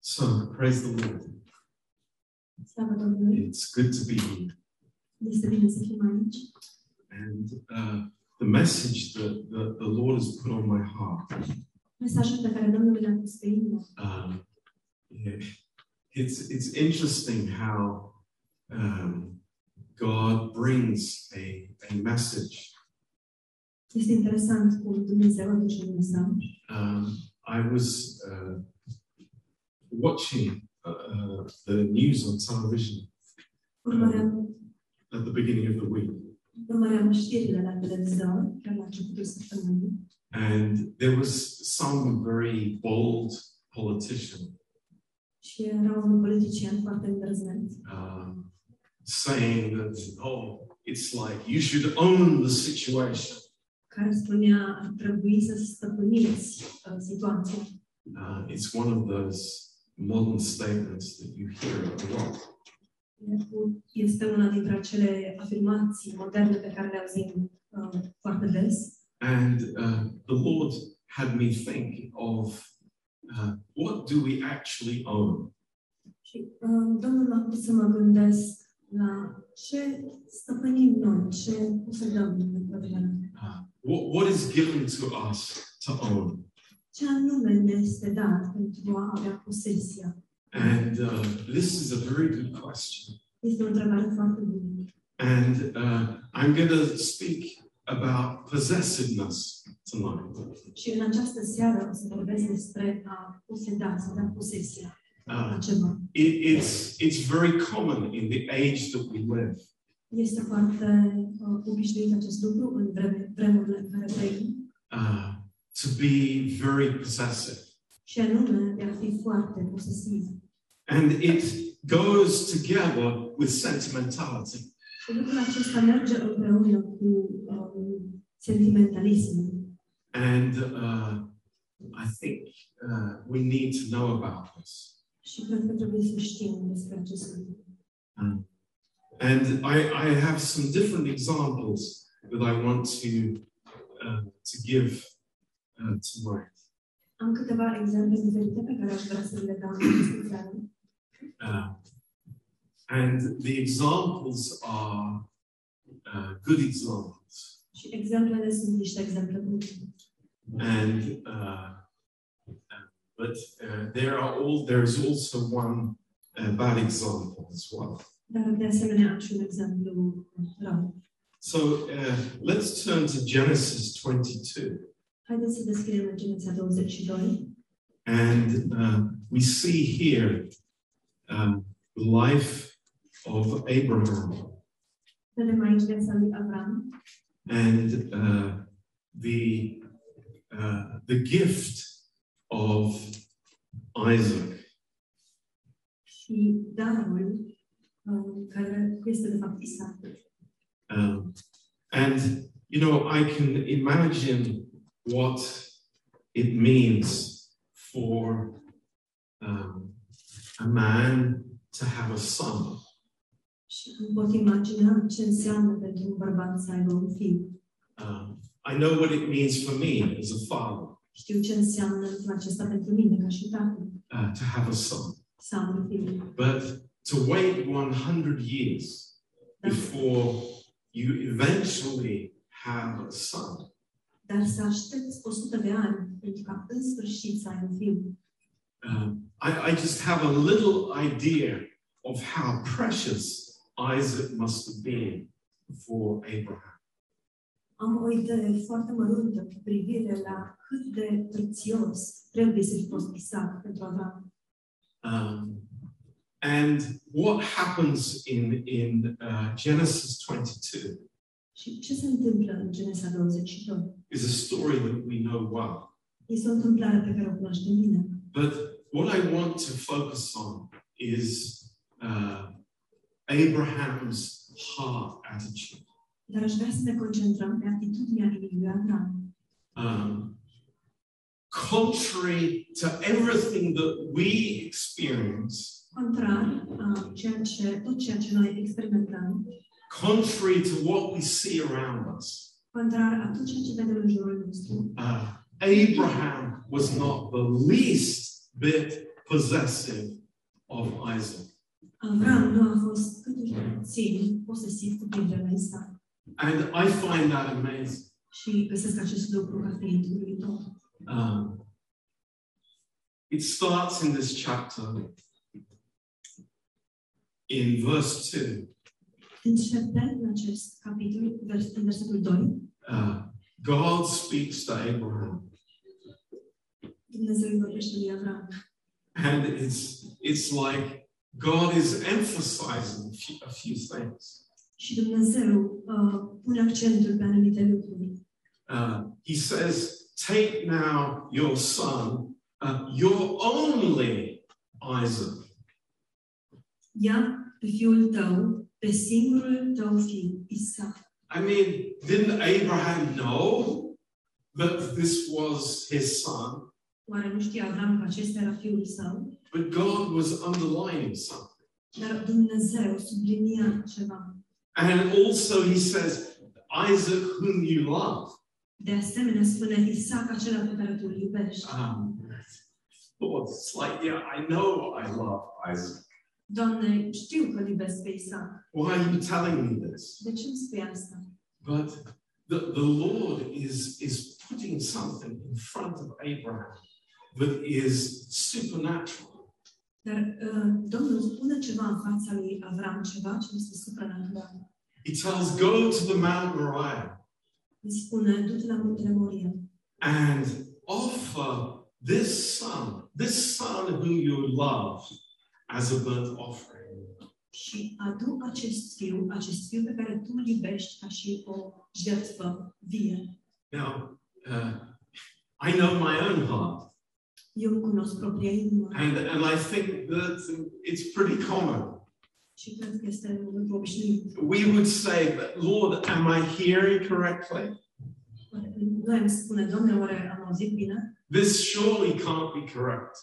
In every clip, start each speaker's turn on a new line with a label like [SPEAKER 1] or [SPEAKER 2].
[SPEAKER 1] So praise the Lord.
[SPEAKER 2] Slavă Domnului,
[SPEAKER 1] It's good to be here.
[SPEAKER 2] este bine să fim aici.
[SPEAKER 1] And uh, the message that, that the Lord has put on my heart,
[SPEAKER 2] Mesajul pe care Domnul l-a pus pe inimă.
[SPEAKER 1] um, yeah, it's, it's interesting how um, God brings a, a message.
[SPEAKER 2] Este interesant cum Dumnezeu aduce un mesaj.
[SPEAKER 1] Um, I was uh, watching uh, uh, the news on television
[SPEAKER 2] Urmăream,
[SPEAKER 1] at the beginning of the week,
[SPEAKER 2] urmăream știrile la televizor, chiar la începutul săptămânii,
[SPEAKER 1] and there was some very bold politician
[SPEAKER 2] și era un politician foarte îndrăznit
[SPEAKER 1] um, saying that, oh, it's like you should own the situation.
[SPEAKER 2] care spunea ar trebui să stăpâniți uh, situația.
[SPEAKER 1] Uh, it's one of those modern statements that you hear a lot.
[SPEAKER 2] Este una dintre acele afirmații moderne pe care le auzim uh, foarte des.
[SPEAKER 1] And uh, the Lord had me think of uh, what do we actually own?
[SPEAKER 2] Și uh, Domnul m-a pus să mă gândesc la ce stăpânim noi, ce posedăm în propria noi,
[SPEAKER 1] Uh, what, what is given to us to own?
[SPEAKER 2] ce anume ne este dat pentru a avea posesia.
[SPEAKER 1] And uh, this is a very good question.
[SPEAKER 2] Este o întrebare foarte bună.
[SPEAKER 1] And uh, I'm going to speak about possessiveness tonight.
[SPEAKER 2] Și în această seară o să vorbesc despre a poseda, să avea posesia
[SPEAKER 1] Uh,
[SPEAKER 2] la ceva.
[SPEAKER 1] it, it's it's very common in the age that we live.
[SPEAKER 2] Este foarte uh, obișnuit acest lucru în vreme, vremurile în care trăim
[SPEAKER 1] uh, to be very possessive,
[SPEAKER 2] și anume de a fi foarte posesiv.
[SPEAKER 1] and it goes together with sentimentality.
[SPEAKER 2] Și lucrul acesta merge împreună cu um, sentimentalismul.
[SPEAKER 1] And uh, I think uh, we need to know about this.
[SPEAKER 2] Și cred că trebuie să știm despre acest lucru.
[SPEAKER 1] Um, And I, I have some different examples that I want to uh, to give uh, tonight.
[SPEAKER 2] Am câteva exemple diferite pe care aș vrea să le dau în această seară.
[SPEAKER 1] Uh, and the examples are uh, good examples.
[SPEAKER 2] Și exemplele sunt niște exemple bune.
[SPEAKER 1] and uh, but uh, there are all there is also one uh, bad example as well.
[SPEAKER 2] Dar de asemenea am și un exemplu rău.
[SPEAKER 1] So uh, let's turn to Genesis 22,
[SPEAKER 2] Haideți să descriem în Geneza 22
[SPEAKER 1] and uh, we see here um, the life of Abraham
[SPEAKER 2] vedem aici viața lui Avram
[SPEAKER 1] and uh, the uh, the gift of Isaac.
[SPEAKER 2] și darul uh, care este de fapt Isaac.
[SPEAKER 1] Um, and, you know, I can imagine what it means for um, a man to have a son.
[SPEAKER 2] Și îmi pot imagina ce înseamnă pentru un bărbat să aibă un fiu.
[SPEAKER 1] Um, I know what it means for me as a father
[SPEAKER 2] Știu ce înseamnă lucrul acesta pentru mine ca și tată
[SPEAKER 1] uh, to have a son,
[SPEAKER 2] să am un fiu.
[SPEAKER 1] but to wait 100 years before you eventually have a son
[SPEAKER 2] dar să aștepți 100 de ani pentru ca în sfârșit să ai un fiu.
[SPEAKER 1] Um, I, I just have a little idea of how precious Isaac must have been for Abraham.
[SPEAKER 2] Am o idee foarte măruntă cu privire la cât de prețios trebuie să fi fost Isaac pentru Avram.
[SPEAKER 1] Um, and what happens in, in uh, Genesis 22
[SPEAKER 2] Și ce se întâmplă în Genesa 22?
[SPEAKER 1] is a story that we know well.
[SPEAKER 2] Este o întâmplare pe care o cunoaște bine.
[SPEAKER 1] But what I want to focus on is uh, Abraham's heart attitude.
[SPEAKER 2] Dar aș vrea să ne concentrăm pe atitudinea inimii lui Avram.
[SPEAKER 1] um, contrary to everything that we experience,
[SPEAKER 2] Contrar a ceea ce, tot ceea ce noi experimentăm,
[SPEAKER 1] contrary to what we see around us,
[SPEAKER 2] contrar a tot ceea ce vedem în jurul nostru,
[SPEAKER 1] uh, Abraham was not the least bit possessive of Isaac.
[SPEAKER 2] Avram nu a fost cât de puțin posesiv cu privire la Isaac
[SPEAKER 1] And I find that amazing.
[SPEAKER 2] și găsesc acest lucru ca fiind uluitor.
[SPEAKER 1] Um, it starts in this chapter in verse 2.
[SPEAKER 2] Începem în acest capitol, vers, în versetul 2,
[SPEAKER 1] uh, God speaks to Abraham,
[SPEAKER 2] Dumnezeu îi vorbește lui Avram
[SPEAKER 1] and it's, it's like God is emphasizing a few, a few things.
[SPEAKER 2] și Dumnezeu uh, pune accentul pe anumite lucruri.
[SPEAKER 1] Uh, he says, Take now your son, uh, your only Isaac.
[SPEAKER 2] Ia pe fiul tău, pe singurul tău fiu, Isaac.
[SPEAKER 1] I mean, didn't Abraham know that this was his son?
[SPEAKER 2] Oare nu știa Avram că acesta era fiul său?
[SPEAKER 1] But God was underlining something.
[SPEAKER 2] Dar Dumnezeu sublinia ceva.
[SPEAKER 1] And also, he says, Isaac, whom you love.
[SPEAKER 2] De asemenea, spune Isaac acela pe care tu îl iubești.
[SPEAKER 1] Um, thoughts. it's like, yeah, I know I love Isaac.
[SPEAKER 2] Doamne, știu că îl iubesc pe Isaac.
[SPEAKER 1] Why are you telling me this?
[SPEAKER 2] De ce îmi spui asta?
[SPEAKER 1] But the, the Lord is, is putting something in front of Abraham that is supernatural.
[SPEAKER 2] Dar uh, Domnul spune ceva în fața lui Avram, ceva ce este supranatural.
[SPEAKER 1] He tells, Go to the Mount Moriah
[SPEAKER 2] Îi spune, du-te la muntele Moria
[SPEAKER 1] and offer this son, this son whom you love, as a burnt offering.
[SPEAKER 2] și adu acest fiu, acest fiu pe care tu îl iubești ca și o jertfă vie.
[SPEAKER 1] Now, uh, I know my own heart,
[SPEAKER 2] Eu îmi cunosc propria inimă
[SPEAKER 1] and, and I think that it's pretty common.
[SPEAKER 2] și cred că este un lucru obișnuit.
[SPEAKER 1] We would say, "But Lord, am I hearing correctly?
[SPEAKER 2] Noi îmi spune, Doamne, oare am auzit bine?
[SPEAKER 1] This surely can't be correct.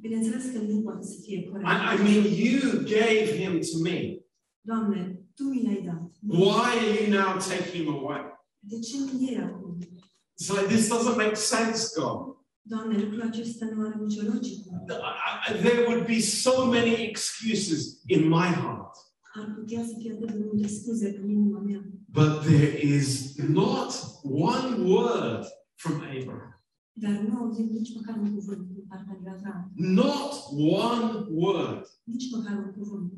[SPEAKER 2] Bineînțeles că nu poate să fie corect.
[SPEAKER 1] I, I mean, you gave him to me.
[SPEAKER 2] Doamne, Tu mi l-ai dat.
[SPEAKER 1] Why are you now taking him away?
[SPEAKER 2] De ce îl iei acum?
[SPEAKER 1] It's like, this doesn't make sense, God.
[SPEAKER 2] Doamne, lucrul acesta nu are nicio logică.
[SPEAKER 1] I- I- there would be so many excuses in my heart,
[SPEAKER 2] Ar putea să fie atât de multe scuze în inima mea.
[SPEAKER 1] but there is not one word from Abraham.
[SPEAKER 2] Dar nu auzim nici măcar un cuvânt din partea lui Avram.
[SPEAKER 1] Not one word.
[SPEAKER 2] Nici măcar un cuvânt.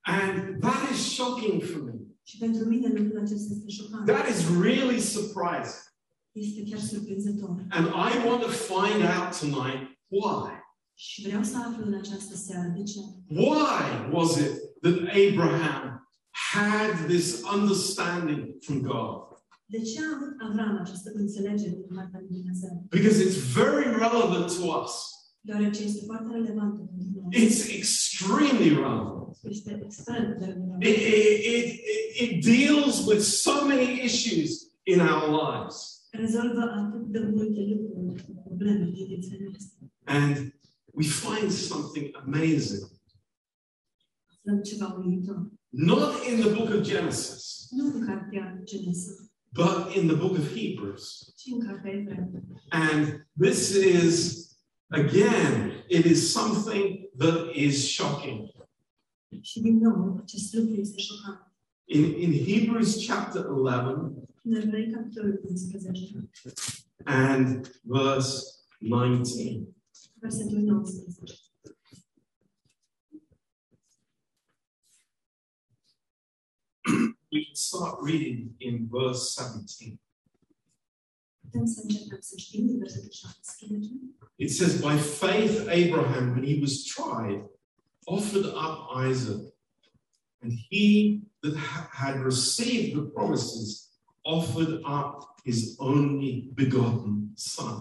[SPEAKER 1] And that is shocking for me.
[SPEAKER 2] Și pentru mine lucrul acesta este șocant.
[SPEAKER 1] That is really surprising.
[SPEAKER 2] Este chiar surprinzător.
[SPEAKER 1] And I want to find out tonight why.
[SPEAKER 2] Și vreau să aflu în această seară de ce.
[SPEAKER 1] Why was it that Abraham had this understanding from God?
[SPEAKER 2] De ce a avut Avram această înțelegere din partea lui Dumnezeu?
[SPEAKER 1] Because it's very relevant to us.
[SPEAKER 2] Deoarece este foarte relevantă pentru noi.
[SPEAKER 1] It's extremely relevant.
[SPEAKER 2] Este extrem de relevantă.
[SPEAKER 1] It, it- it- it- it deals with so many issues in our lives.
[SPEAKER 2] Rezolvă atât de multe lucruri, probleme din viețile noastre.
[SPEAKER 1] And we find something amazing.
[SPEAKER 2] Aflăm ceva uimitor.
[SPEAKER 1] not in the book of Genesis,
[SPEAKER 2] Nu în cartea Genesa,
[SPEAKER 1] but in the book of Hebrews.
[SPEAKER 2] ci în cartea Evrei.
[SPEAKER 1] And this is, again, it is something that is shocking.
[SPEAKER 2] Și din nou, acest lucru este șocant.
[SPEAKER 1] In, in Hebrews chapter 11
[SPEAKER 2] În Evrei, capitolul 11,
[SPEAKER 1] and verse 19,
[SPEAKER 2] versetul 19.
[SPEAKER 1] we can start reading in verse 17.
[SPEAKER 2] Putem să începem să citim din versetul 17.
[SPEAKER 1] It says, By faith, Abraham, when he was tried, offered up Isaac, and he that ha- had received the promises offered up his only begotten son.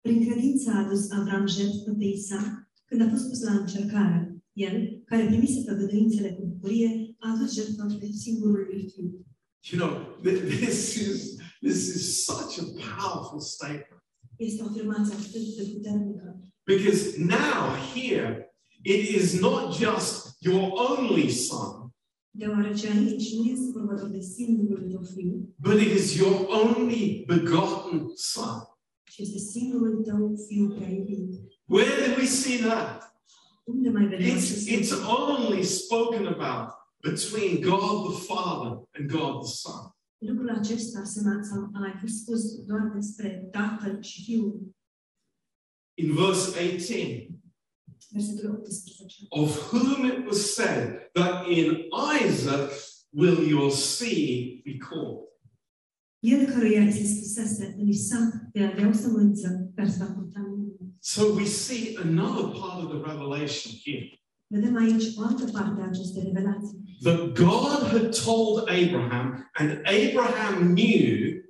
[SPEAKER 2] Prin credință a adus Avram jertfă pe Isaac când a fost pus la încercare. El, care primise făgăduințele cu bucurie, a adus jertfă pe singurul lui fiu.
[SPEAKER 1] You know, th- this is this is such a powerful statement
[SPEAKER 2] Este o afirmație atât de puternică.
[SPEAKER 1] because now here it is not just your only son,
[SPEAKER 2] Deoarece aici nu este vorba doar de singurul tău fiu,
[SPEAKER 1] but it is your only begotten son.
[SPEAKER 2] ci este singurul tău fiu prea iubit.
[SPEAKER 1] Where do we see that?
[SPEAKER 2] Unde mai vedem
[SPEAKER 1] It's,
[SPEAKER 2] acest
[SPEAKER 1] it's
[SPEAKER 2] lucru?
[SPEAKER 1] only spoken about between God the Father and God the Son.
[SPEAKER 2] Lucrul acesta semnat sau a mai fost spus doar despre Tatăl și Fiul,
[SPEAKER 1] In verse 18,
[SPEAKER 2] versetul 18.
[SPEAKER 1] of whom it was said that in Isaac will your seed be called.
[SPEAKER 2] El căruia îi se spusese în Isaac de avea o sămânță care se va purta numele.
[SPEAKER 1] So we see another part of the revelation here
[SPEAKER 2] Vedem aici o altă parte a acestei revelații.
[SPEAKER 1] that God had told Abraham, and Abraham knew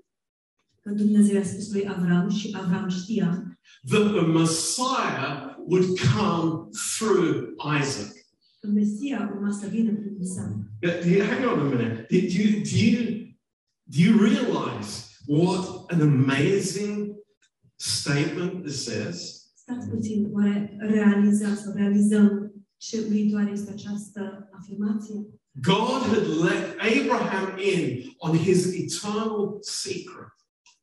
[SPEAKER 2] Că Dumnezeu i-a spus lui Avram și Avram știa
[SPEAKER 1] that the Messiah would come through Isaac.
[SPEAKER 2] că Mesia urma să vină prin Isaac.
[SPEAKER 1] Yeah, do you- Hang on a minute. Do do you, do you, do you realize what an amazing statement this is?
[SPEAKER 2] Stați puțin, oare realiza sau realizăm ce uitoare este această afirmație?
[SPEAKER 1] God had let Abraham in on his eternal secret.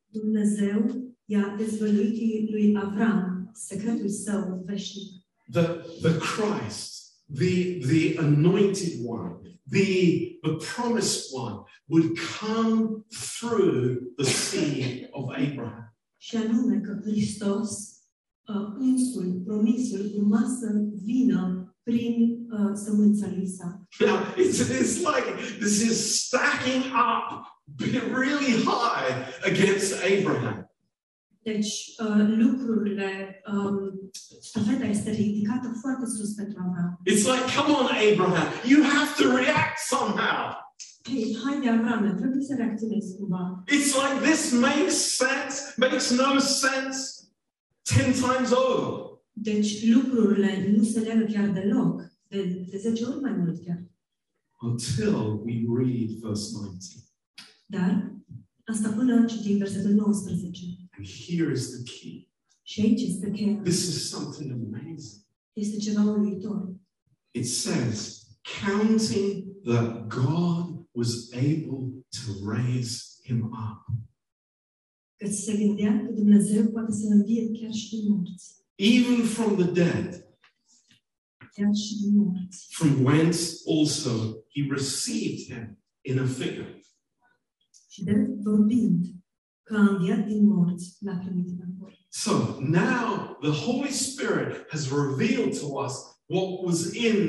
[SPEAKER 2] Dumnezeu i-a dezvăluit lui Avram secretul său veșnic,
[SPEAKER 1] the, the Christ, the, the anointed one, the, the promised one would come through the seed of Abraham.
[SPEAKER 2] și anume că Hristos uh, însul, promisul, urma să vină prin uh, sămânța lui Isaac.
[SPEAKER 1] Now, it's, it's like this is stacking up really high against Abraham.
[SPEAKER 2] Deci uh, lucrurile, um, stafeta este ridicată foarte sus pentru Avram.
[SPEAKER 1] It's like, come on, Abraham, you have to react somehow.
[SPEAKER 2] Hei, haide Avrame, trebuie să reacționezi cumva.
[SPEAKER 1] It's like this makes sense, makes no sense 10 times over.
[SPEAKER 2] Deci lucrurile nu se leagă chiar deloc, de, de 10 ori mai mult chiar.
[SPEAKER 1] Until we read verse 19.
[SPEAKER 2] Dar asta până citim versetul 19.
[SPEAKER 1] And here is the key.
[SPEAKER 2] Și aici este cheia.
[SPEAKER 1] This is something amazing.
[SPEAKER 2] Este ceva uluitor.
[SPEAKER 1] It says, counting that God was able to raise him up,
[SPEAKER 2] Că se gândea că Dumnezeu poate să învie chiar și din morți.
[SPEAKER 1] even from the dead,
[SPEAKER 2] Chiar și din morți.
[SPEAKER 1] from whence also he received him in a figure.
[SPEAKER 2] Și de vorbind că a înviat din morți, l-a primit înapoi.
[SPEAKER 1] So now the Holy Spirit has revealed to us what was in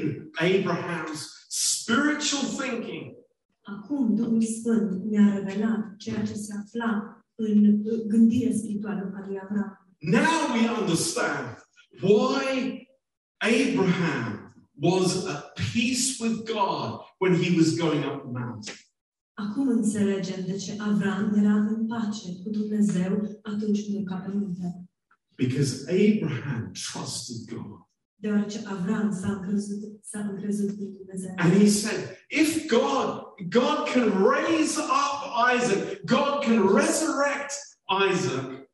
[SPEAKER 1] Abraham's spiritual thinking
[SPEAKER 2] Acum Duhul Sfânt ne-a revelat ceea ce se afla în uh, gândirea spirituală a lui Avram.
[SPEAKER 1] Now we understand why Abraham was at peace with God when he was going up the mountain.
[SPEAKER 2] Acum înțelegem de ce Avram era în pace cu Dumnezeu atunci când urca pe munte.
[SPEAKER 1] Because Abraham trusted God.
[SPEAKER 2] Deoarece Avram s-a încrezut, s-a încrezut în Dumnezeu.
[SPEAKER 1] And he said, if God, God can raise up Isaac, God can resurrect Isaac,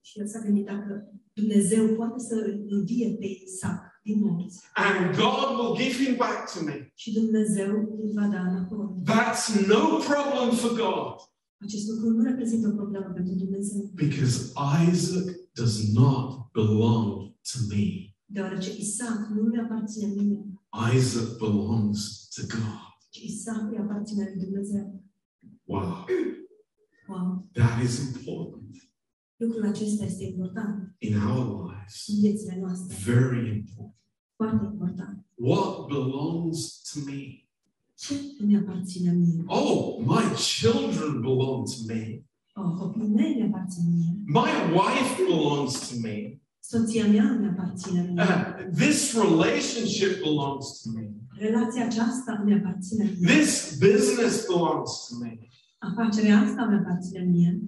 [SPEAKER 2] Și el s-a gândit dacă Dumnezeu poate să îl învie pe Isaac din morți
[SPEAKER 1] and God will give him back to me.
[SPEAKER 2] și Dumnezeu îl va da înapoi.
[SPEAKER 1] That's no problem for God.
[SPEAKER 2] Acest lucru nu reprezintă o problemă pentru Dumnezeu,
[SPEAKER 1] Because Isaac does not belong to me.
[SPEAKER 2] deoarece Isaac nu îi aparține mie,
[SPEAKER 1] Isaac belongs to God.
[SPEAKER 2] ci Isaac îi aparține lui Dumnezeu.
[SPEAKER 1] Wow,
[SPEAKER 2] Wow!
[SPEAKER 1] that is important
[SPEAKER 2] Lucrul acesta este important
[SPEAKER 1] in our
[SPEAKER 2] în
[SPEAKER 1] lives.
[SPEAKER 2] viețile noastre,
[SPEAKER 1] Very important.
[SPEAKER 2] foarte important.
[SPEAKER 1] What belongs to me?
[SPEAKER 2] Ce îmi aparține mie?
[SPEAKER 1] Oh, my children belong to me.
[SPEAKER 2] Oh, copiii mei mi aparțin mie,
[SPEAKER 1] My wife belongs to me.
[SPEAKER 2] soția mea mi aparține mie,
[SPEAKER 1] Uh, this relationship belongs to me.
[SPEAKER 2] relația aceasta mi aparține mie,
[SPEAKER 1] This business belongs to me.
[SPEAKER 2] afacerea asta mi aparține mie.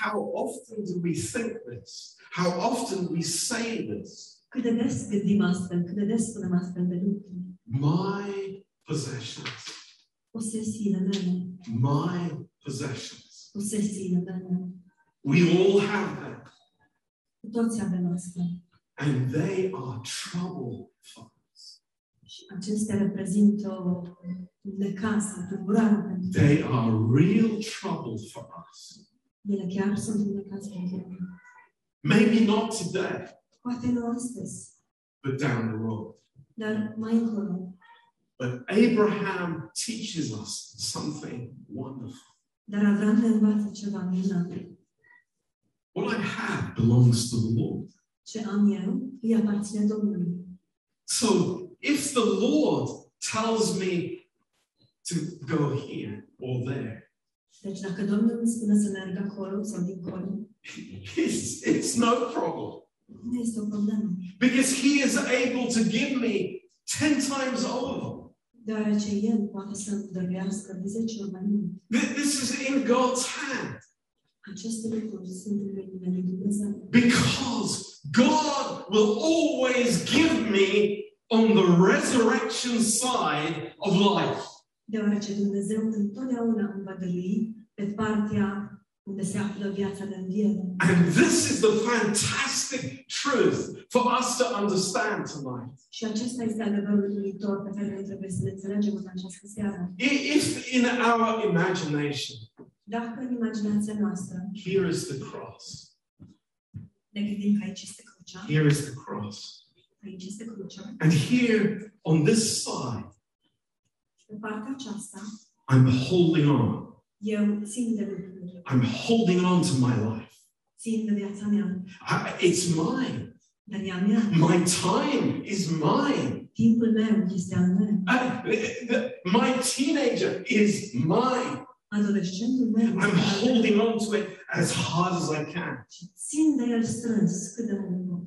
[SPEAKER 1] How often do we think this? How often we say this?
[SPEAKER 2] Cât de des gândim astfel, cât de des spunem astfel de lucruri,
[SPEAKER 1] My possessions.
[SPEAKER 2] posesiile mele,
[SPEAKER 1] my possessions.
[SPEAKER 2] posesiile mele,
[SPEAKER 1] We all have them,
[SPEAKER 2] cu toți avem asta.
[SPEAKER 1] and they are trouble for us.
[SPEAKER 2] Și acestea reprezintă o necasă, o tulburare pentru mine.
[SPEAKER 1] They are real trouble for us.
[SPEAKER 2] Ele chiar sunt un necaz pentru mine.
[SPEAKER 1] Maybe not today,
[SPEAKER 2] poate nu astăzi,
[SPEAKER 1] but down the road.
[SPEAKER 2] dar mai încolo.
[SPEAKER 1] But Abraham teaches us something wonderful.
[SPEAKER 2] Dar Avram ne învață ceva minunat.
[SPEAKER 1] What I have belongs to the Lord.
[SPEAKER 2] Ce am eu îi aparține Domnului.
[SPEAKER 1] So if the Lord tells me to go here or there,
[SPEAKER 2] Deci dacă Domnul îmi spune să merg acolo sau dincolo,
[SPEAKER 1] it's, it's no problem
[SPEAKER 2] nu este o problemă.
[SPEAKER 1] because He is able to give me 10 times over.
[SPEAKER 2] Deoarece El poate să îmi dăruiască de 10 ori mai mult.
[SPEAKER 1] Th- This is in God's hand
[SPEAKER 2] Aceste lucruri sunt în mâinile lui Dumnezeu.
[SPEAKER 1] because God will always give me on the resurrection side of life.
[SPEAKER 2] Deoarece Dumnezeu întotdeauna îmi va dărui pe partea unde se află viața de înviere.
[SPEAKER 1] And this is the fantastic truth for us to understand tonight.
[SPEAKER 2] Și acesta este adevărul unitor pe care noi trebuie să le înțelegem în această seară.
[SPEAKER 1] I- If in our imagination,
[SPEAKER 2] Dacă în imaginația noastră
[SPEAKER 1] here is the cross,
[SPEAKER 2] ne gândim că aici este crucea,
[SPEAKER 1] here is the cross,
[SPEAKER 2] aici este crucea,
[SPEAKER 1] and here on this side,
[SPEAKER 2] pe partea aceasta,
[SPEAKER 1] I'm holding on.
[SPEAKER 2] eu țin de lucruri,
[SPEAKER 1] I'm holding on to my life.
[SPEAKER 2] țin de viața mea,
[SPEAKER 1] I- it's mine.
[SPEAKER 2] dar ea mea,
[SPEAKER 1] My time is mine.
[SPEAKER 2] timpul meu este al meu,
[SPEAKER 1] I- th- th- my teenager is mine.
[SPEAKER 2] adolescentul meu
[SPEAKER 1] I'm
[SPEAKER 2] este al meu
[SPEAKER 1] holding on to it as hard as I can.
[SPEAKER 2] și țin de el strâns cât de mult pot.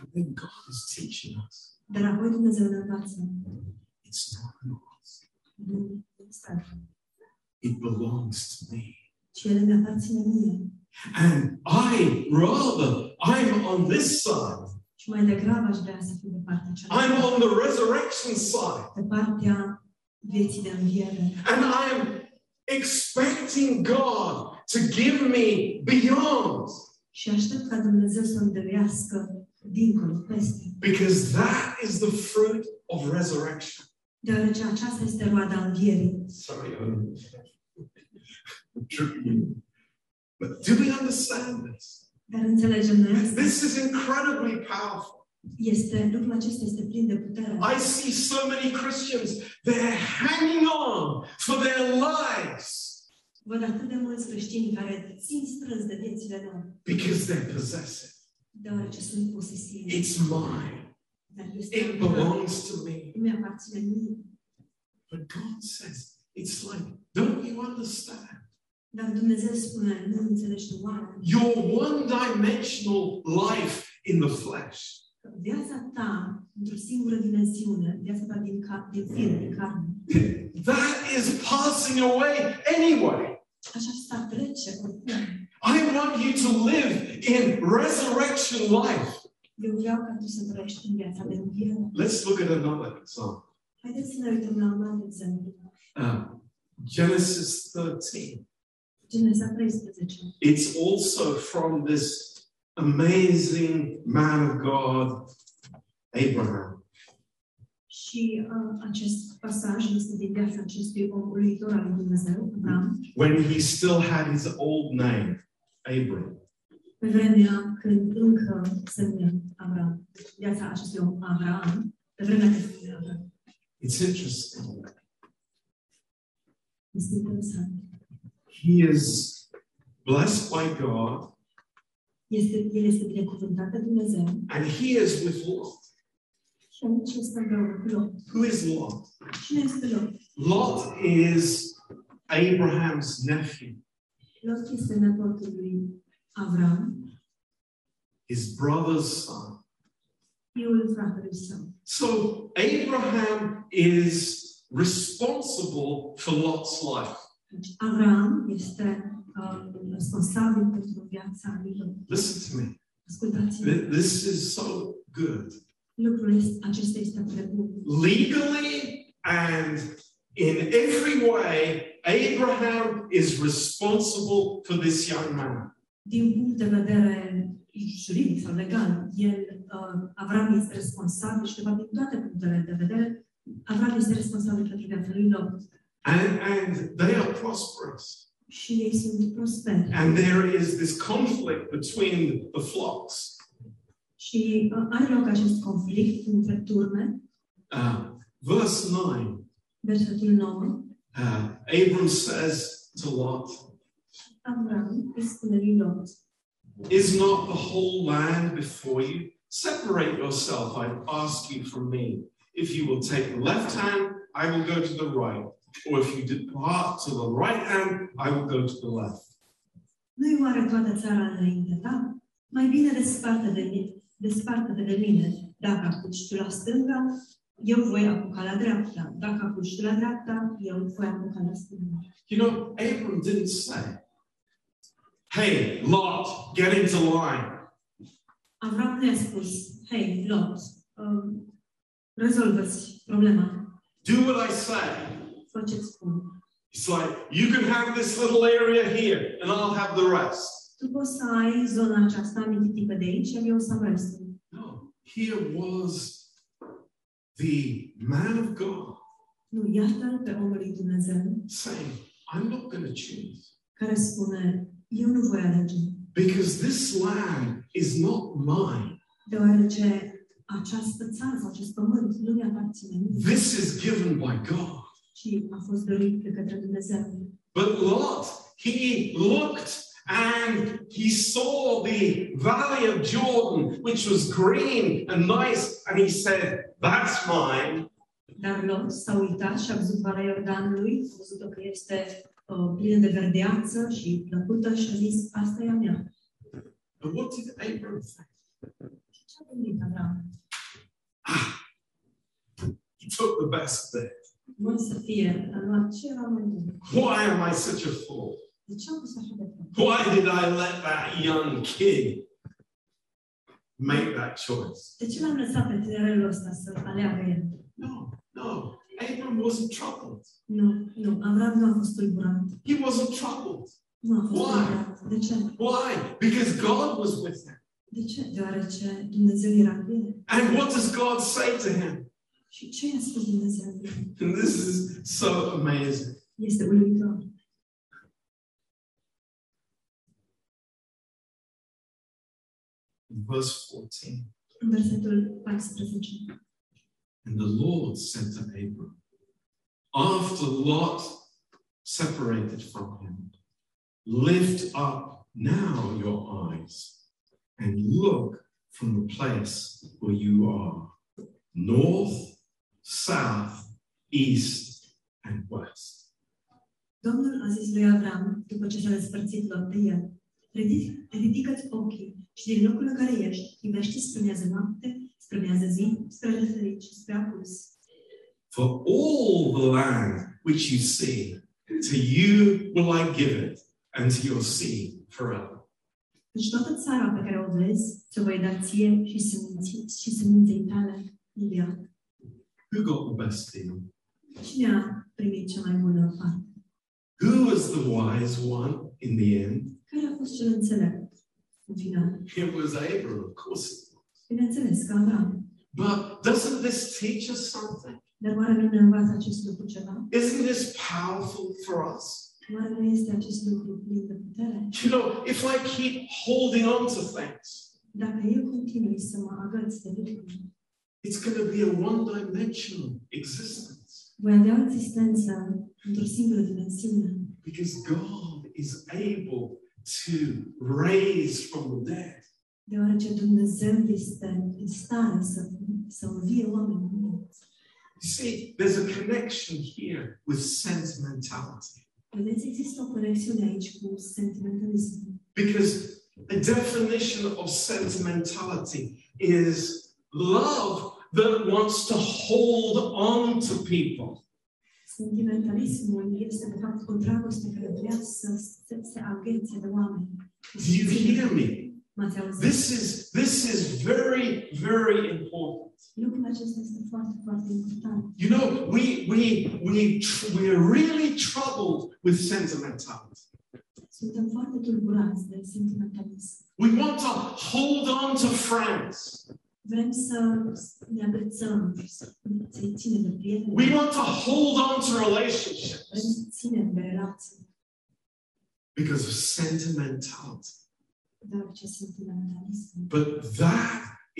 [SPEAKER 1] But then God is teaching us.
[SPEAKER 2] Dar apoi Dumnezeu ne învață.
[SPEAKER 1] It's not yours.
[SPEAKER 2] Nu este.
[SPEAKER 1] It belongs to me.
[SPEAKER 2] Și el ne aparține mie.
[SPEAKER 1] And I rather, I'm on this side.
[SPEAKER 2] Și mai degrabă aș vrea să fiu de partea
[SPEAKER 1] I'm
[SPEAKER 2] aceasta.
[SPEAKER 1] on the resurrection side.
[SPEAKER 2] De partea vieții de înviere.
[SPEAKER 1] And I'm expecting God to give me beyond
[SPEAKER 2] Și aștept ca Dumnezeu să îmi dăruiască dincolo, peste.
[SPEAKER 1] because that is the fruit of resurrection.
[SPEAKER 2] Deoarece aceasta este roada învierii.
[SPEAKER 1] Sorry. I'm- But do we understand this?
[SPEAKER 2] Dar înțelegem noi asta.
[SPEAKER 1] This is incredibly powerful.
[SPEAKER 2] Este, lucrul acesta este plin de putere.
[SPEAKER 1] I see so many Christians, they're hanging on for their lives
[SPEAKER 2] Văd atât de mulți creștini care țin strâns de viețile lor,
[SPEAKER 1] because they're possessive.
[SPEAKER 2] deoarece sunt posesivi.
[SPEAKER 1] It's mine,
[SPEAKER 2] Dar este
[SPEAKER 1] it belongs to me.
[SPEAKER 2] mi aparține mie.
[SPEAKER 1] But God says, it's like, don't you understand?
[SPEAKER 2] Dar Dumnezeu spune, nu înțelegi tu oare?
[SPEAKER 1] Your one dimensional life in the flesh
[SPEAKER 2] că Viața ta, într-o singură dimensiune, viața ta din, cap, din fir, din carne,
[SPEAKER 1] that is passing away anyway.
[SPEAKER 2] aceasta trece oricum.
[SPEAKER 1] I want you to live in resurrection life.
[SPEAKER 2] Eu vreau ca tu să trăiești în viața de înviere.
[SPEAKER 1] Let's look at another example
[SPEAKER 2] Haideți să ne uităm la un alt exemplu.
[SPEAKER 1] Um, Genesis 13.
[SPEAKER 2] Geneza 13.
[SPEAKER 1] It's also from this amazing man of God, Abraham.
[SPEAKER 2] Și uh, acest pasaj este din viața acestui om uluitor al lui Dumnezeu, Avram,
[SPEAKER 1] When he still had his old name, Abram.
[SPEAKER 2] pe vremea când încă se numea Avram. Viața acestui om, Avram, pe vremea când se numea Avram.
[SPEAKER 1] It's interesting.
[SPEAKER 2] Este interesant.
[SPEAKER 1] He is blessed by God
[SPEAKER 2] Este, el este binecuvântat de Dumnezeu
[SPEAKER 1] and he is with Lot.
[SPEAKER 2] și aici este împreună cu Lot.
[SPEAKER 1] Who is Lot?
[SPEAKER 2] Cine este Lot?
[SPEAKER 1] Lot is Abraham's nephew,
[SPEAKER 2] Lot este nepotul lui Avram,
[SPEAKER 1] his brother's son.
[SPEAKER 2] fiul fratelui său.
[SPEAKER 1] So Abraham is responsible for Lot's life.
[SPEAKER 2] Deci Avram este uh, responsabil pentru viața lui Lot.
[SPEAKER 1] Listen to me.
[SPEAKER 2] Ascultați-mă,
[SPEAKER 1] Th- This is so good.
[SPEAKER 2] lucrul este, acesta este atât de bun.
[SPEAKER 1] Legally and in every way, Abraham is responsible for this young man.
[SPEAKER 2] Din punct de vedere juridic sau legal, el, uh, Avram este responsabil și de fapt din toate punctele de vedere, Avram este responsabil pentru viața lui Lot.
[SPEAKER 1] And, and they are prosperous.
[SPEAKER 2] Și ei sunt prosperi.
[SPEAKER 1] And there is this conflict between the flocks.
[SPEAKER 2] Și uh, are loc acest conflict între turme,
[SPEAKER 1] Uh, verse 9,
[SPEAKER 2] versetul 9.
[SPEAKER 1] uh, Abram says to Lot,
[SPEAKER 2] Avram îi spune lui Lot,
[SPEAKER 1] Is not the whole land before you? Separate yourself, I ask you, from me. If you will take the left hand, I will go to the right. Or if you depart to the right hand, I will go to the left.
[SPEAKER 2] Nu-i oare toată țara înaintea ta? Mai bine desparte de mine, desparte de mine. Dacă apuci tu la stânga, eu voi apuca la dreapta. Dacă apuci tu la dreapta, eu voi apuca la stânga.
[SPEAKER 1] You know, Abram didn't say, Hey, Lot, get into line.
[SPEAKER 2] Avram ne-a spus, hei, Lot, um, rezolvă-ți problema,
[SPEAKER 1] Do what I say.
[SPEAKER 2] fă ce spun.
[SPEAKER 1] It's like, You can have this little area here, and I'll have the rest.
[SPEAKER 2] Tu poți să ai zona aceasta amintitică de aici, iar eu o să am restul.
[SPEAKER 1] No, here was the man of God
[SPEAKER 2] Nu, iartă-l pe omul lui Dumnezeu,
[SPEAKER 1] saying, I'm not going to choose.
[SPEAKER 2] care spune, eu nu voi alege,
[SPEAKER 1] Because this land is not mine.
[SPEAKER 2] deoarece această țară sau acest pământ nu mi aparține mie,
[SPEAKER 1] This is given by God.
[SPEAKER 2] ci a fost dorit de către Dumnezeu.
[SPEAKER 1] But Lot, he looked and he saw the valley of Jordan, which was green and nice, and he said, That's mine.
[SPEAKER 2] Dar Lot s-a uitat și a văzut Valea Iordanului, a văzut-o că este uh, plină de verdeață și plăcută și a zis, asta e a mea.
[SPEAKER 1] But what did Abram think?
[SPEAKER 2] Și ce a gândit Avram?
[SPEAKER 1] He took the best bit.
[SPEAKER 2] Mă să fie, a luat ce era mai bun.
[SPEAKER 1] Why am I such a fool?
[SPEAKER 2] De ce am pus așa de prost?
[SPEAKER 1] Why did I let that young kid make that choice?
[SPEAKER 2] De ce l-am lăsat pe tinerelul ăsta să aleagă el?
[SPEAKER 1] No, no. Abram wasn't troubled.
[SPEAKER 2] Nu, nu, Avram nu a fost tulburat.
[SPEAKER 1] He wasn't troubled.
[SPEAKER 2] Nu a fost
[SPEAKER 1] Why?
[SPEAKER 2] tulburat. De ce?
[SPEAKER 1] Why? Because God was with him.
[SPEAKER 2] De ce? Deoarece Dumnezeu era cu el.
[SPEAKER 1] And what does God say to him?
[SPEAKER 2] Și ce i-a spus Dumnezeu?
[SPEAKER 1] And this is so amazing.
[SPEAKER 2] Este uluitor.
[SPEAKER 1] Verse 14.
[SPEAKER 2] În versetul 14.
[SPEAKER 1] And the Lord said to Abram, after Lot separated from him, lift up now your eyes and look from the place where you are, north, south, east, and west.
[SPEAKER 2] Domnul a zis lui Avram, după ce s-a despărțit Lot de el, "Ridic- ridică-ți ochii și din locul în care ești, privește spre miază noapte, spre miază zi, spre răsărit și spre apus.
[SPEAKER 1] For all the land which you see, to you will I give it, and to your seed forever.
[SPEAKER 2] Deci toată țara pe care o vezi, ți-o voi da ție și seminții, și seminței tale în ea.
[SPEAKER 1] Who got the best deal?
[SPEAKER 2] Cine a primit cea mai bună parte?
[SPEAKER 1] Who was the wise one in the end?
[SPEAKER 2] Care a fost cel înțelept în final?
[SPEAKER 1] It was Abram, of course. it was.
[SPEAKER 2] Bineînțeles că Avram.
[SPEAKER 1] But doesn't this teach us something?
[SPEAKER 2] Dar oare nu ne învață acest lucru ceva?
[SPEAKER 1] Isn't this powerful for us?
[SPEAKER 2] Oare nu este acest lucru plin de putere?
[SPEAKER 1] You know, if I keep holding on to things,
[SPEAKER 2] Dacă eu continui să mă agăț de lucruri,
[SPEAKER 1] it's going to be a one dimensional existence
[SPEAKER 2] voi avea o existență într-o singură dimensiune.
[SPEAKER 1] because God is able to raise from the dead.
[SPEAKER 2] Deoarece Dumnezeu este în stare să, să învie oamenii morți.
[SPEAKER 1] You see, there's a connection here with sentimentality
[SPEAKER 2] Vedeți, există o conexiune aici cu sentimentalismul.
[SPEAKER 1] because the definition of sentimentality is love that wants to hold on to people.
[SPEAKER 2] Sentimentalismul este, de fapt, o dragoste care vrea să se, se aghețe de oameni.
[SPEAKER 1] Do you hear me?
[SPEAKER 2] M-ați auzit?
[SPEAKER 1] This is this is very very important.
[SPEAKER 2] Lucrul acesta este foarte, foarte important.
[SPEAKER 1] You know, we we we tr- we're really troubled with sentimentality.
[SPEAKER 2] Suntem foarte tulburați de sentimentalism.
[SPEAKER 1] We want to hold on to friends.
[SPEAKER 2] Vrem să ne agățăm, să- să-i ținem de prieteni,
[SPEAKER 1] We want to hold on to
[SPEAKER 2] vrem
[SPEAKER 1] relationships
[SPEAKER 2] să ținem de relații,
[SPEAKER 1] because of sentimentality.
[SPEAKER 2] deoarece sentimentalism.
[SPEAKER 1] But that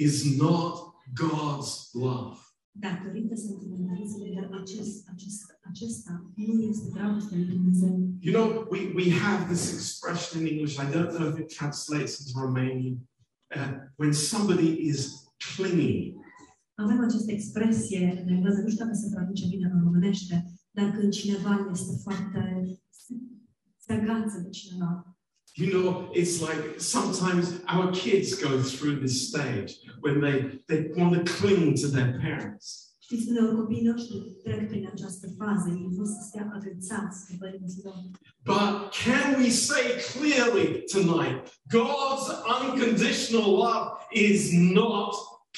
[SPEAKER 1] is not God's love.
[SPEAKER 2] Datorită sentimentalismului, dar acest, acest, acesta nu este dragostea lui Dumnezeu.
[SPEAKER 1] You know, we, we have this expression in English, I don't know if it translates into Romanian, uh, when somebody is clingy.
[SPEAKER 2] Avem această expresie în engleză, nu știu dacă se traduce bine în românește, dar când cineva este foarte se- se agață de cineva.
[SPEAKER 1] You know, it's like sometimes our kids go through this stage when they, they want to cling to their parents.
[SPEAKER 2] Știți, uneori copiii noștri trec prin această fază, ei vor să stea agățați de părinții lor.
[SPEAKER 1] But can we say clearly tonight God's unconditional love is not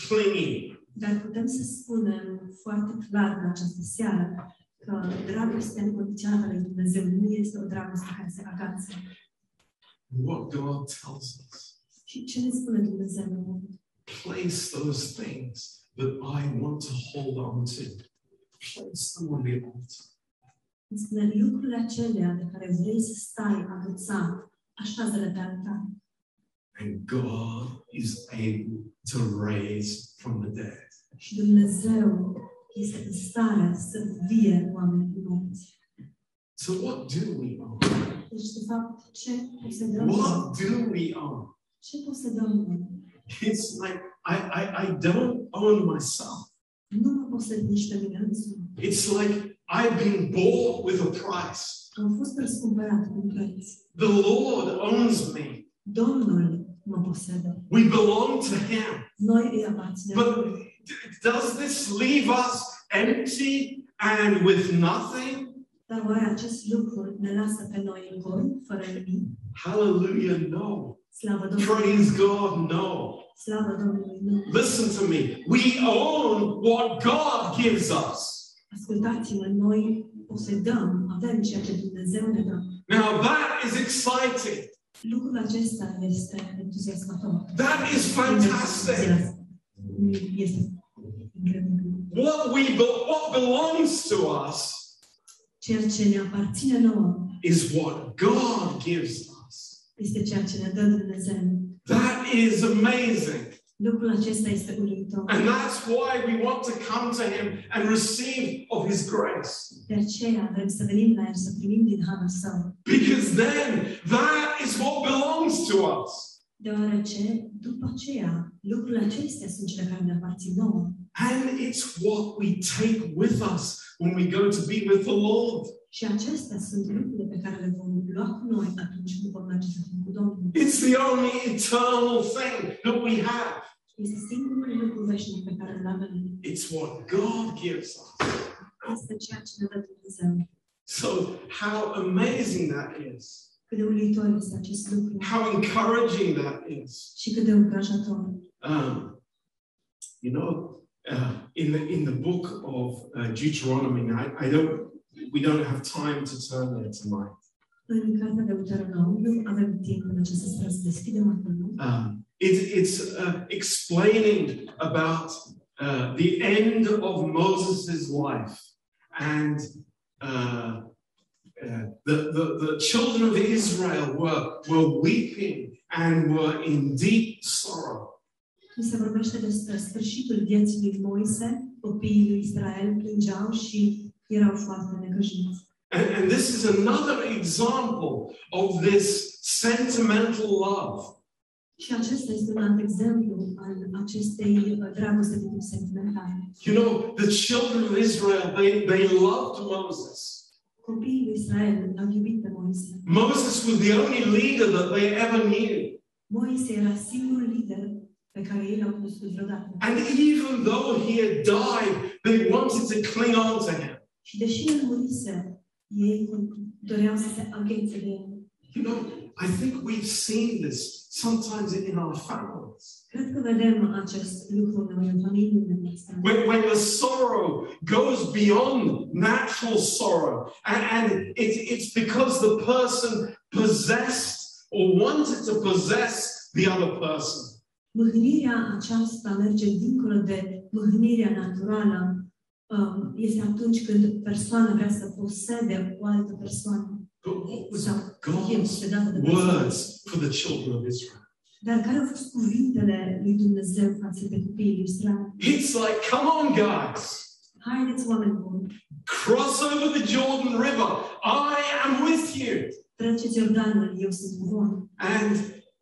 [SPEAKER 1] clinging?
[SPEAKER 2] Dar putem să spunem foarte clar în această seară că dragostea necondiționată a lui Dumnezeu nu este o dragoste care se agață.
[SPEAKER 1] What God tells us,
[SPEAKER 2] Și ce ne spune Dumnezeu?
[SPEAKER 1] place those things that I want to hold on to, place them on the altar.
[SPEAKER 2] Îmi spune lucrurile acelea de care vrei să stai agățat, așează-le pe altar.
[SPEAKER 1] And God is able to raise from the dead.
[SPEAKER 2] Și Dumnezeu este în stare să vie oameni din morți.
[SPEAKER 1] So, what do we own?
[SPEAKER 2] Deci, de fapt, ce posedăm? noi?
[SPEAKER 1] What do we own?
[SPEAKER 2] Ce posedăm noi?
[SPEAKER 1] It's like, I, I, I don't own myself.
[SPEAKER 2] Nu mă posed nici pe mine însumi.
[SPEAKER 1] It's like I've been bought with a price.
[SPEAKER 2] Am fost răscumpărat cu un preț.
[SPEAKER 1] The Lord owns me.
[SPEAKER 2] Domnul mă posedă.
[SPEAKER 1] We belong to Him.
[SPEAKER 2] Noi îi aparținem.
[SPEAKER 1] But d- does this leave us empty and with nothing?
[SPEAKER 2] Dar oare acest lucru ne lasă pe noi în gol, fără nimic?
[SPEAKER 1] Hallelujah, no.
[SPEAKER 2] Slavă Domnului!
[SPEAKER 1] Praise God, no.
[SPEAKER 2] Slavă Domnului! Nu!
[SPEAKER 1] Listen to me. We own what God gives us.
[SPEAKER 2] Ascultați-mă, noi posedăm, avem ceea ce Dumnezeu ne dă.
[SPEAKER 1] Now that is exciting.
[SPEAKER 2] Lucrul acesta este entuziasmator.
[SPEAKER 1] That is fantastic.
[SPEAKER 2] Este incredibil.
[SPEAKER 1] What we be- what belongs to us
[SPEAKER 2] Ceea ce ne aparține nouă
[SPEAKER 1] is what God gives us.
[SPEAKER 2] este ceea ce ne dă Dumnezeu.
[SPEAKER 1] That is amazing.
[SPEAKER 2] Lucrul acesta este uluitor.
[SPEAKER 1] And that's why we want to come to him and receive of his grace.
[SPEAKER 2] De aceea vrem să venim la El, să primim din harul Său.
[SPEAKER 1] Because then that is what belongs to us.
[SPEAKER 2] Deoarece, după aceea, lucrurile acestea sunt cele care ne aparțin nouă.
[SPEAKER 1] And it's what we take with us when we go to be with the Lord.
[SPEAKER 2] Și acestea sunt lucrurile pe care le vom lua cu noi atunci când vom merge să fim cu Domnul.
[SPEAKER 1] It's the only eternal thing that we have.
[SPEAKER 2] Este singurul lucru veșnic pe care îl avem.
[SPEAKER 1] It's what God gives us.
[SPEAKER 2] Este ceea ce ne dă Dumnezeu.
[SPEAKER 1] So, how amazing that is.
[SPEAKER 2] Cât de uluitor este acest lucru
[SPEAKER 1] How encouraging that is.
[SPEAKER 2] și cât de încurajator.
[SPEAKER 1] Um, you know, uh, in the in the book of uh, Deuteronomy, I, I don't we don't have time to turn there tonight.
[SPEAKER 2] În cartea de Deuteronom nu avem timp în acest spre să deschidem acolo.
[SPEAKER 1] Um, it, it's uh, explaining about uh, the end of Moses' life and. Uh, uh, the, the, the children of Israel were, were weeping and were in deep sorrow.
[SPEAKER 2] Nu se vorbește despre sfârșitul vieții lui Moise, copiii lui Israel plângeau și erau foarte necăjiți.
[SPEAKER 1] And, and this is another example of this sentimental love.
[SPEAKER 2] Și acesta este un alt exemplu al acestei uh, dragoste de tip sentimental.
[SPEAKER 1] You know, the children of Israel, they, they loved Moses.
[SPEAKER 2] Copiii lui Israel l-au iubit pe Moise.
[SPEAKER 1] Moses was the only leader that they ever knew.
[SPEAKER 2] Moise era singurul lider pe care ei l-au cunoscut vreodată.
[SPEAKER 1] And even though he had died, they wanted to cling on to him.
[SPEAKER 2] Și deși el murise, ei doreau să se aghețe de el.
[SPEAKER 1] You know, I think we've seen this sometimes in our families.
[SPEAKER 2] Cred că vedem acest lucru noi în familiile noastre.
[SPEAKER 1] When, when the sorrow goes beyond natural sorrow, and, and it's, it's because the person possessed or wanted to possess the other person.
[SPEAKER 2] Mâhnirea aceasta merge dincolo de mâhnirea naturală. um, Este atunci când persoana vrea să posede o altă persoană.
[SPEAKER 1] But what was
[SPEAKER 2] Sau e
[SPEAKER 1] God's
[SPEAKER 2] sedată de persoană.
[SPEAKER 1] words for the children of Israel?
[SPEAKER 2] Dar care au fost cuvintele lui Dumnezeu față de copiii lui Israel?
[SPEAKER 1] It's like, come on, guys,
[SPEAKER 2] Haideți, oameni buni,
[SPEAKER 1] cross over the Jordan River. I am with you.
[SPEAKER 2] treceți Iordanul, eu sunt cu voi.
[SPEAKER 1] And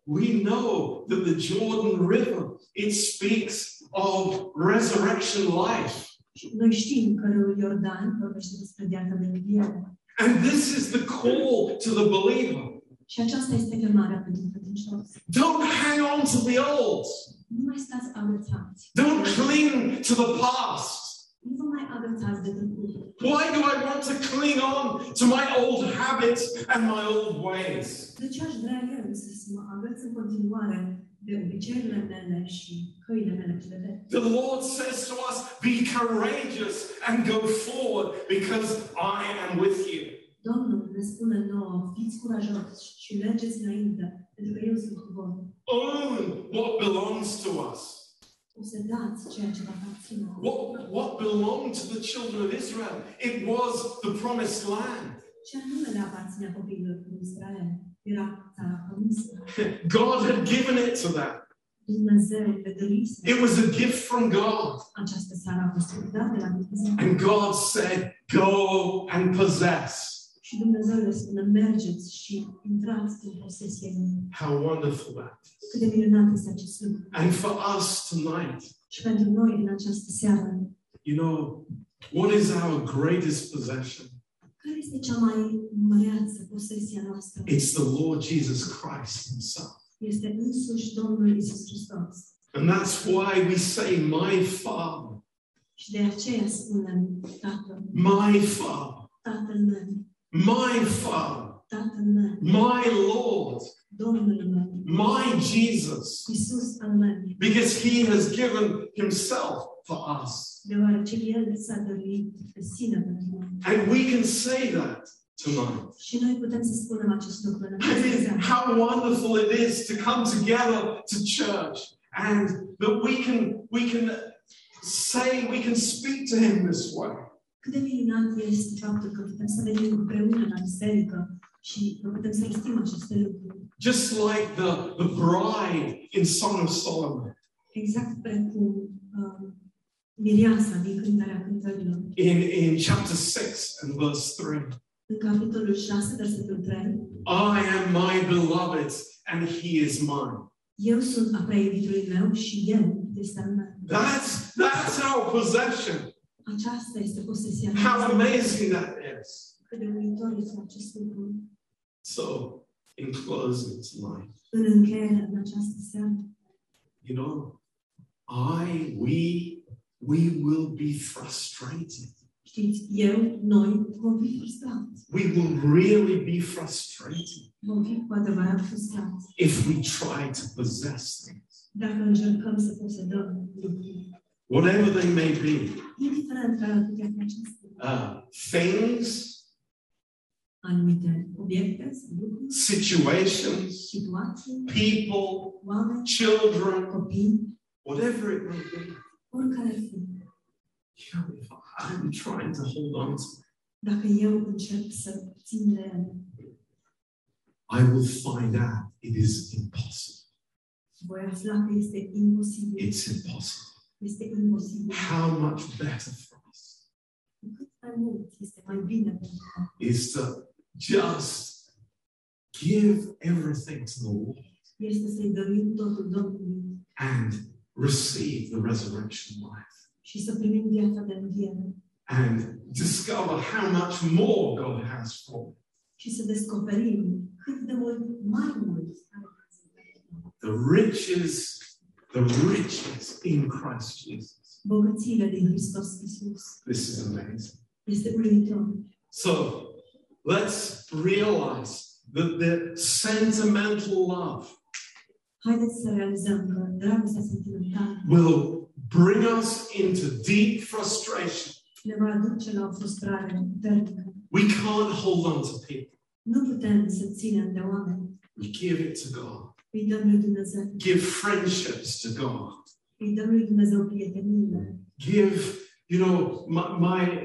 [SPEAKER 1] we know that the Jordan River, it speaks of resurrection life.
[SPEAKER 2] Și noi știm că râul Iordan vorbește despre viața de înviere.
[SPEAKER 1] And this is the call to the believer.
[SPEAKER 2] Și aceasta este chemarea pentru credincioși.
[SPEAKER 1] Don't hang on to the old.
[SPEAKER 2] Nu mai stați agățați.
[SPEAKER 1] Don't cling to the past.
[SPEAKER 2] Nu vă mai agățați de trecut.
[SPEAKER 1] Why do I want to cling on to my old habits and my old ways?
[SPEAKER 2] De ce aș vrea eu să mă agăț în continuare de obiceiurile mele și căile mele cele vechi?
[SPEAKER 1] The Lord says to us, be courageous and go forward because I am with you.
[SPEAKER 2] Domnul ne spune nouă, fiți curajoși și mergeți înainte, pentru că eu sunt cu voi.
[SPEAKER 1] Own what belongs to us.
[SPEAKER 2] O să dați ceea ce vă aparține.
[SPEAKER 1] What, what belonged to the children of Israel? It was the promised land.
[SPEAKER 2] Ce anume le aparținea copiilor din Israel? Era țara promisă.
[SPEAKER 1] God had given it to them.
[SPEAKER 2] Dumnezeu le dăruise
[SPEAKER 1] It was a gift from God.
[SPEAKER 2] această țară a fost dată la Dumnezeu.
[SPEAKER 1] And God said, Go and possess.
[SPEAKER 2] Și Dumnezeu le spune, mergeți și intrați în posesie mea.
[SPEAKER 1] How wonderful that.
[SPEAKER 2] Cât de minunat este acest lucru.
[SPEAKER 1] And for us tonight,
[SPEAKER 2] Și pentru noi în această seară,
[SPEAKER 1] you know, what is our greatest possession?
[SPEAKER 2] care este cea mai măreață posesia noastră?
[SPEAKER 1] It's the Lord Jesus Christ Himself.
[SPEAKER 2] Este însuși Domnul Isus Hristos.
[SPEAKER 1] And that's why we say, My Father,
[SPEAKER 2] Și de aceea spunem, Tatăl,
[SPEAKER 1] my Father,
[SPEAKER 2] Tatăl meu,
[SPEAKER 1] my Father,
[SPEAKER 2] Tatăl meu,
[SPEAKER 1] my Lord,
[SPEAKER 2] Domnul meu,
[SPEAKER 1] my Jesus,
[SPEAKER 2] Iisus al meu,
[SPEAKER 1] because He has given Himself for us.
[SPEAKER 2] deoarece El s-a dăruit pe sine pentru noi.
[SPEAKER 1] And we can say that tonight.
[SPEAKER 2] Și noi putem să spunem acest lucru în
[SPEAKER 1] I
[SPEAKER 2] această
[SPEAKER 1] mean,
[SPEAKER 2] seară.
[SPEAKER 1] how wonderful it is to come together to church and that we can we can say we can speak to him this way.
[SPEAKER 2] Cât de minunat este faptul că putem să venim împreună la biserică și că putem să rostim aceste lucruri.
[SPEAKER 1] Just like the, the bride in Song of Solomon
[SPEAKER 2] Exact precum uh, Mireasa din Cântarea Cântărilor.
[SPEAKER 1] in, in chapter 6 and verse 3.
[SPEAKER 2] În capitolul 6, versetul 3,
[SPEAKER 1] I am my beloved and he is mine.
[SPEAKER 2] Eu sunt a prea iubitului meu și El este al meu.
[SPEAKER 1] That's that's our possession.
[SPEAKER 2] Aceasta este posesia
[SPEAKER 1] How
[SPEAKER 2] noastră.
[SPEAKER 1] amazing that is.
[SPEAKER 2] Cât de uimitor este acest lucru.
[SPEAKER 1] So in closing tonight.
[SPEAKER 2] În încheiere, în această seară,
[SPEAKER 1] you know, I, we, we will be frustrated.
[SPEAKER 2] știți, eu, noi vom fi frustrați.
[SPEAKER 1] We will really be frustrated
[SPEAKER 2] Vom fi cu adevărat frustrați
[SPEAKER 1] if we try to possess things,
[SPEAKER 2] dacă încercăm să posedăm lucruri.
[SPEAKER 1] whatever they may be.
[SPEAKER 2] Indiferent care ar putea fi acestea.
[SPEAKER 1] Uh, things,
[SPEAKER 2] Anumite obiecte, sau lucruri,
[SPEAKER 1] situations,
[SPEAKER 2] situații,
[SPEAKER 1] people,
[SPEAKER 2] oameni,
[SPEAKER 1] children,
[SPEAKER 2] copii,
[SPEAKER 1] whatever it may be.
[SPEAKER 2] oricare ar fi.
[SPEAKER 1] You know, if I'm trying to hold on to it,
[SPEAKER 2] Dacă eu încep să țin de ele,
[SPEAKER 1] I will find out it is impossible.
[SPEAKER 2] voi afla că este imposibil.
[SPEAKER 1] It's impossible.
[SPEAKER 2] Este imposibil.
[SPEAKER 1] How much better for us
[SPEAKER 2] Cu cât mai mult este mai bine pentru noi.
[SPEAKER 1] is to just give everything to the Lord
[SPEAKER 2] este să-i dăruim totul Domnului
[SPEAKER 1] and receive the resurrection life
[SPEAKER 2] și să primim viața de înviere
[SPEAKER 1] and discover how much more God has for
[SPEAKER 2] și să descoperim cât de mult mai mult are Dumnezeu pentru noi.
[SPEAKER 1] you. the riches, the riches in Christ Jesus.
[SPEAKER 2] bogățiile din Hristos Iisus.
[SPEAKER 1] This is amazing.
[SPEAKER 2] Este uimitor.
[SPEAKER 1] So let's realize that the sentimental love
[SPEAKER 2] Haideți să realizăm că dragostea sentimentală
[SPEAKER 1] will bring us into deep frustration.
[SPEAKER 2] ne va aduce la o frustrare puternică.
[SPEAKER 1] We can't hold on to people.
[SPEAKER 2] Nu putem să ținem de oameni.
[SPEAKER 1] We give it to God.
[SPEAKER 2] Îi dăm lui Dumnezeu.
[SPEAKER 1] give friendships to God.
[SPEAKER 2] Îi dăm lui Dumnezeu prietenile.
[SPEAKER 1] Give, you know, my, my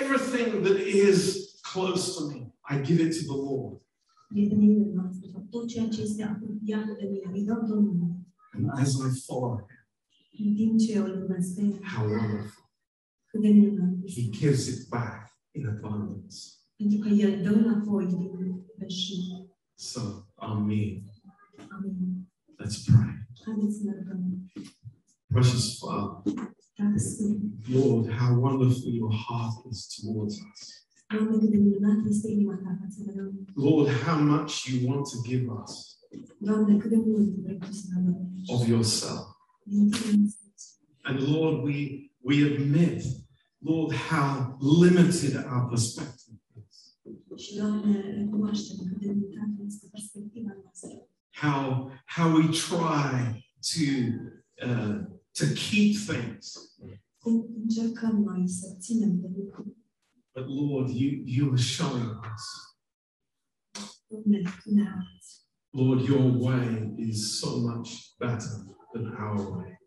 [SPEAKER 1] everything that is close to me, I give it to the Lord.
[SPEAKER 2] prietenii noastre, sau tot ceea ce este apropiat de mine, îi dau Domnului,
[SPEAKER 1] And as I follow him,
[SPEAKER 2] în timp ce îl urmez pe el,
[SPEAKER 1] how wonderful.
[SPEAKER 2] cât de minunat este.
[SPEAKER 1] He gives it back in abundance.
[SPEAKER 2] Pentru că el dă înapoi din veșnic.
[SPEAKER 1] So, Amen.
[SPEAKER 2] Amin.
[SPEAKER 1] Let's pray.
[SPEAKER 2] Haideți să ne rugăm.
[SPEAKER 1] Precious Father,
[SPEAKER 2] Tată Sfânt,
[SPEAKER 1] Lord, how wonderful your heart is towards us.
[SPEAKER 2] Doamne, cât de minunat este inima ta față de noi.
[SPEAKER 1] Lord, how much you want to give us
[SPEAKER 2] Doamne, cât de mult vrei tu să ne dăm
[SPEAKER 1] of yourself.
[SPEAKER 2] din tine însuți.
[SPEAKER 1] And Lord, we, we admit, Lord, how limited our perspective is,
[SPEAKER 2] Și, Doamne, recunoaștem cât de limitată este perspectiva noastră.
[SPEAKER 1] how, how we try to, uh, to keep things.
[SPEAKER 2] Cum încercăm noi să ținem de lucruri.
[SPEAKER 1] But Lord, you, you are showing us.
[SPEAKER 2] Doamne, Tu ne arăți.
[SPEAKER 1] Lord, your way is so much better than our way.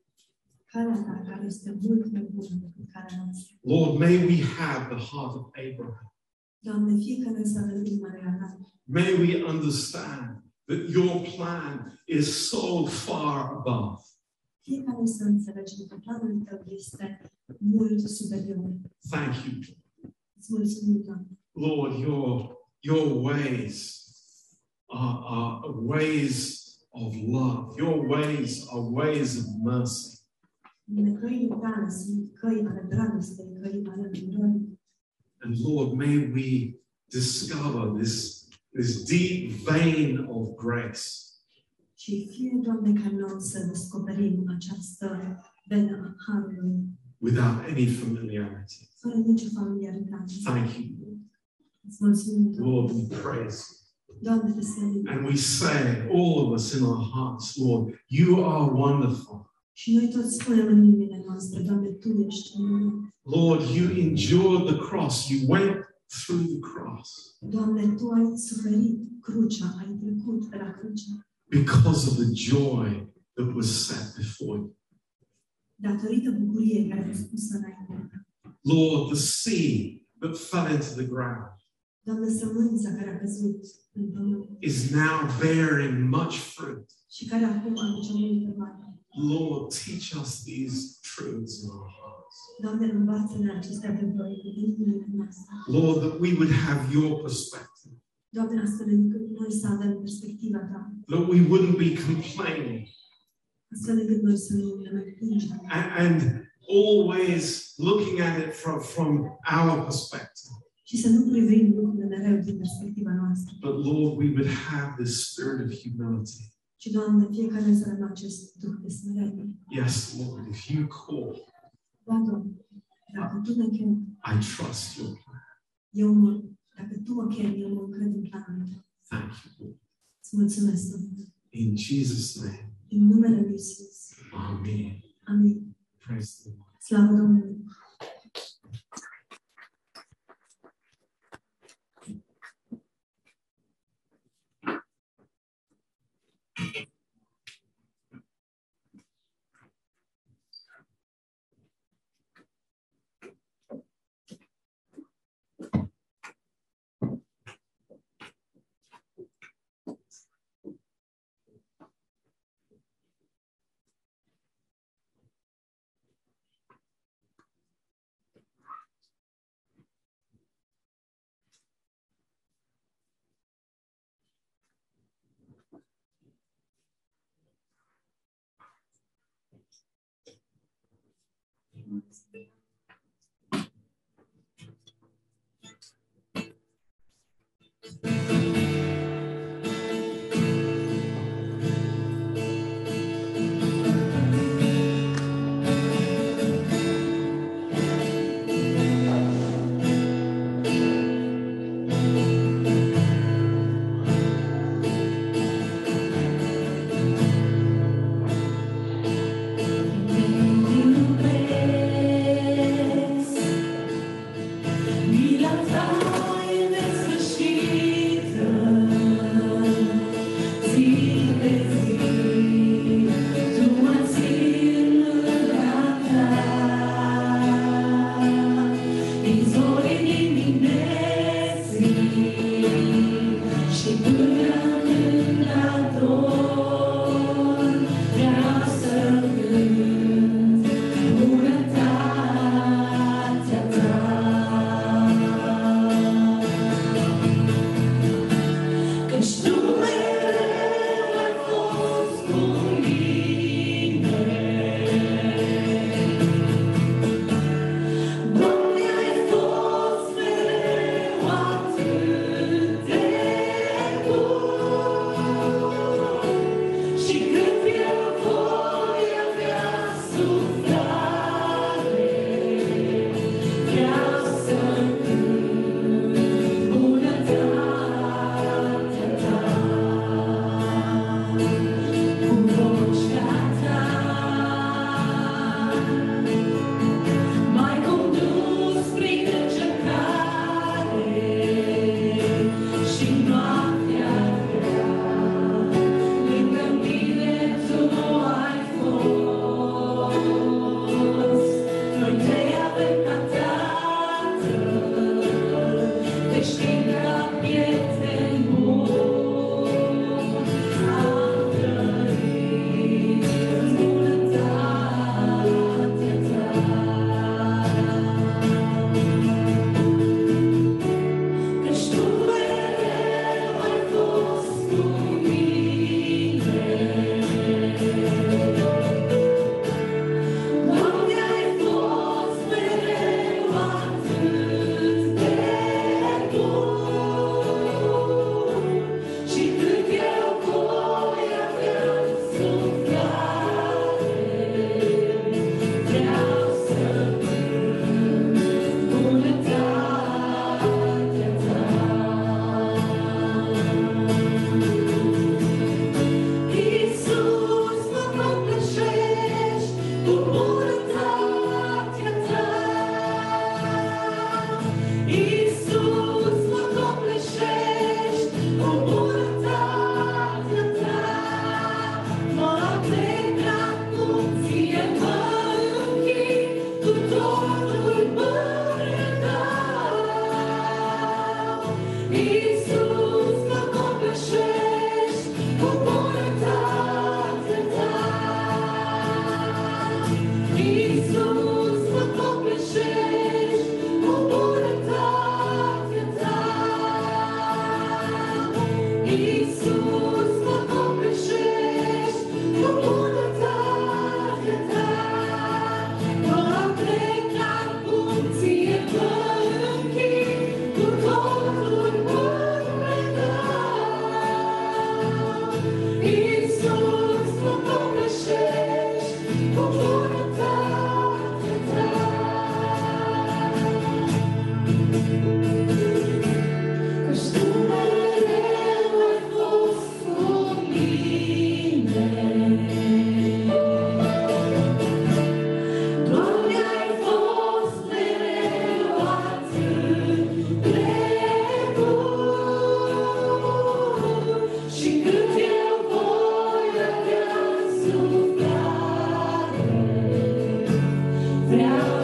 [SPEAKER 2] Calea ta care este mult mai bună decât calea noastră.
[SPEAKER 1] Lord, may we have the heart of Abraham.
[SPEAKER 2] Doamne, fie că noi să avem inima ta.
[SPEAKER 1] May we understand that your plan is so far above.
[SPEAKER 2] Fie ca noi să înțelegem că planul tău este mult superior.
[SPEAKER 1] Thank you.
[SPEAKER 2] Îți mulțumim, Doamne.
[SPEAKER 1] Lord, your, your ways are, are ways of love. Your ways are ways of mercy.
[SPEAKER 2] Bine, căile tale sunt căi ale dragostei, căi ale îndurării.
[SPEAKER 1] And Lord, may we discover this, this deep vein of grace
[SPEAKER 2] Și fie, Doamne, ca noi să descoperim această venă a Harului,
[SPEAKER 1] without any familiarity.
[SPEAKER 2] fără nicio familiaritate.
[SPEAKER 1] Thank you.
[SPEAKER 2] Îți mulțumim, Doamne.
[SPEAKER 1] Lord, we praise
[SPEAKER 2] Doamne, te sărim.
[SPEAKER 1] you. And we say, all of us in our hearts, Lord, you are wonderful.
[SPEAKER 2] Și noi toți spunem în inimile noastre, Doamne, Tu ești minunat.
[SPEAKER 1] Lord, you endured the cross. You went through the cross
[SPEAKER 2] Doamne, Tu ai suferit crucea, ai trecut pe la cruce.
[SPEAKER 1] because of the joy that was set before you.
[SPEAKER 2] Datorită bucuriei care ai spus înainte.
[SPEAKER 1] Lord, the seed that fell into the ground
[SPEAKER 2] Doamne, sămânța care a căzut în pământ
[SPEAKER 1] is now bearing much fruit.
[SPEAKER 2] și care acum aduce multe bani.
[SPEAKER 1] Lord, teach us these truths in our hearts.
[SPEAKER 2] Doamne, învață-ne aceste adevăruri din inimile noastre.
[SPEAKER 1] Lord, that we would have your perspective,
[SPEAKER 2] Doamne, astfel încât noi să avem perspectiva Ta,
[SPEAKER 1] that we wouldn't be complaining
[SPEAKER 2] astfel încât noi să nu ne mai plângem
[SPEAKER 1] and, and always looking at it from, from our perspective.
[SPEAKER 2] și să nu privim lucrurile mereu din perspectiva noastră.
[SPEAKER 1] But Lord, we would have this spirit of humility.
[SPEAKER 2] Ci, Doamne, fiecare să avem acest duh de smerenie.
[SPEAKER 1] Yes, Lord, if you call,
[SPEAKER 2] Da, Doamne, dacă Tu ne chemi,
[SPEAKER 1] I trust your plan.
[SPEAKER 2] eu mă, dacă Tu mă chemi, eu mă încred în planul Tău.
[SPEAKER 1] Thank you, Lord.
[SPEAKER 2] Îți mulțumesc, Doamne,
[SPEAKER 1] In Jesus' name,
[SPEAKER 2] în numele Lui Iisus.
[SPEAKER 1] Amen.
[SPEAKER 2] Amin.
[SPEAKER 1] Praise the Lord.
[SPEAKER 2] Slavă Domnului!
[SPEAKER 3] You pray Yeah.